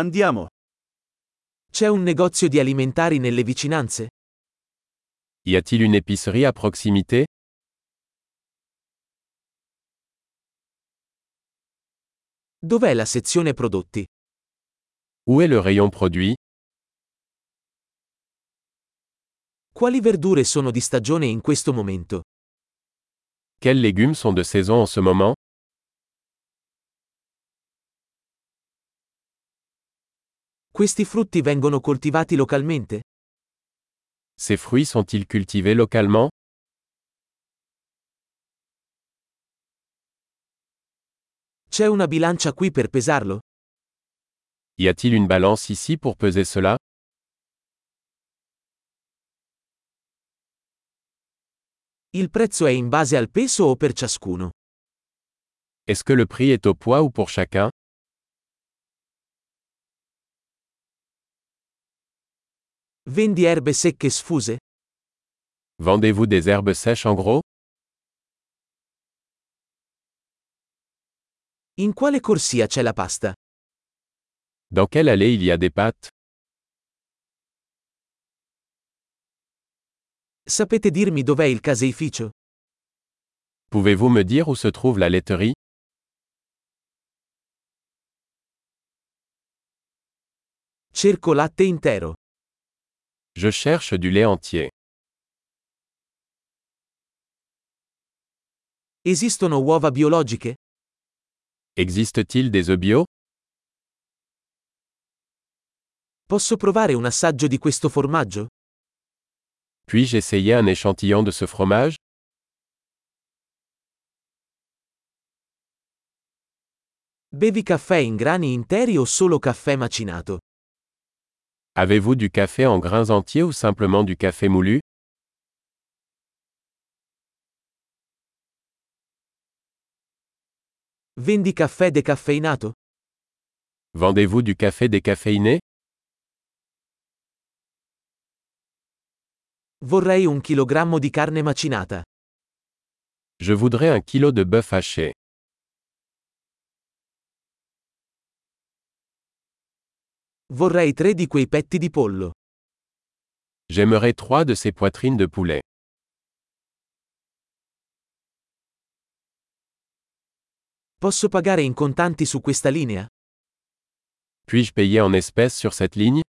Andiamo. C'è un negozio di alimentari nelle vicinanze? Y a-t-il une épicerie à proximité Dov'è la sezione prodotti? Où est le rayon produit Quali verdure sono di stagione in questo momento? Quels légumes sont de saison en ce moment Questi frutti vengono coltivati localmente? Ces fruits sont-ils cultivés localement C'è una bilancia qui per pesarlo? Y a-t-il une balance ici pour peser cela Il prezzo è in base al peso o per ciascuno? Est-ce que le prix est au poids ou pour chacun Vendi erbe secche sfuse? Vendez-vous des herbes sèches en gros In quale corsia c'è la pasta? Dans quelle allée il y a des pâtes Sapete dirmi dov'è il caseificio? Pouvez-vous me dire où se trouve la laiterie Cerco latte intero. Je cherche du lait entier. Esistono uova biologiche? Existe-t-il des œufs bio Posso provare un assaggio di questo formaggio? Puis-je essayer un échantillon de ce fromage Bevi caffè in grani interi o solo caffè macinato? Avez-vous du café en grains entiers ou simplement du café moulu Vendi caffè decaffeinato? Vendez-vous du café décaféiné Vorrei un chilogrammo di carne macinata. Je voudrais un kilo de bœuf haché. Vorrei tre di quei petti di pollo. J'aimerais trois de ces poitrines de poulet. Posso pagare in contanti su questa linea? Puis-je payer en espèces sur cette ligne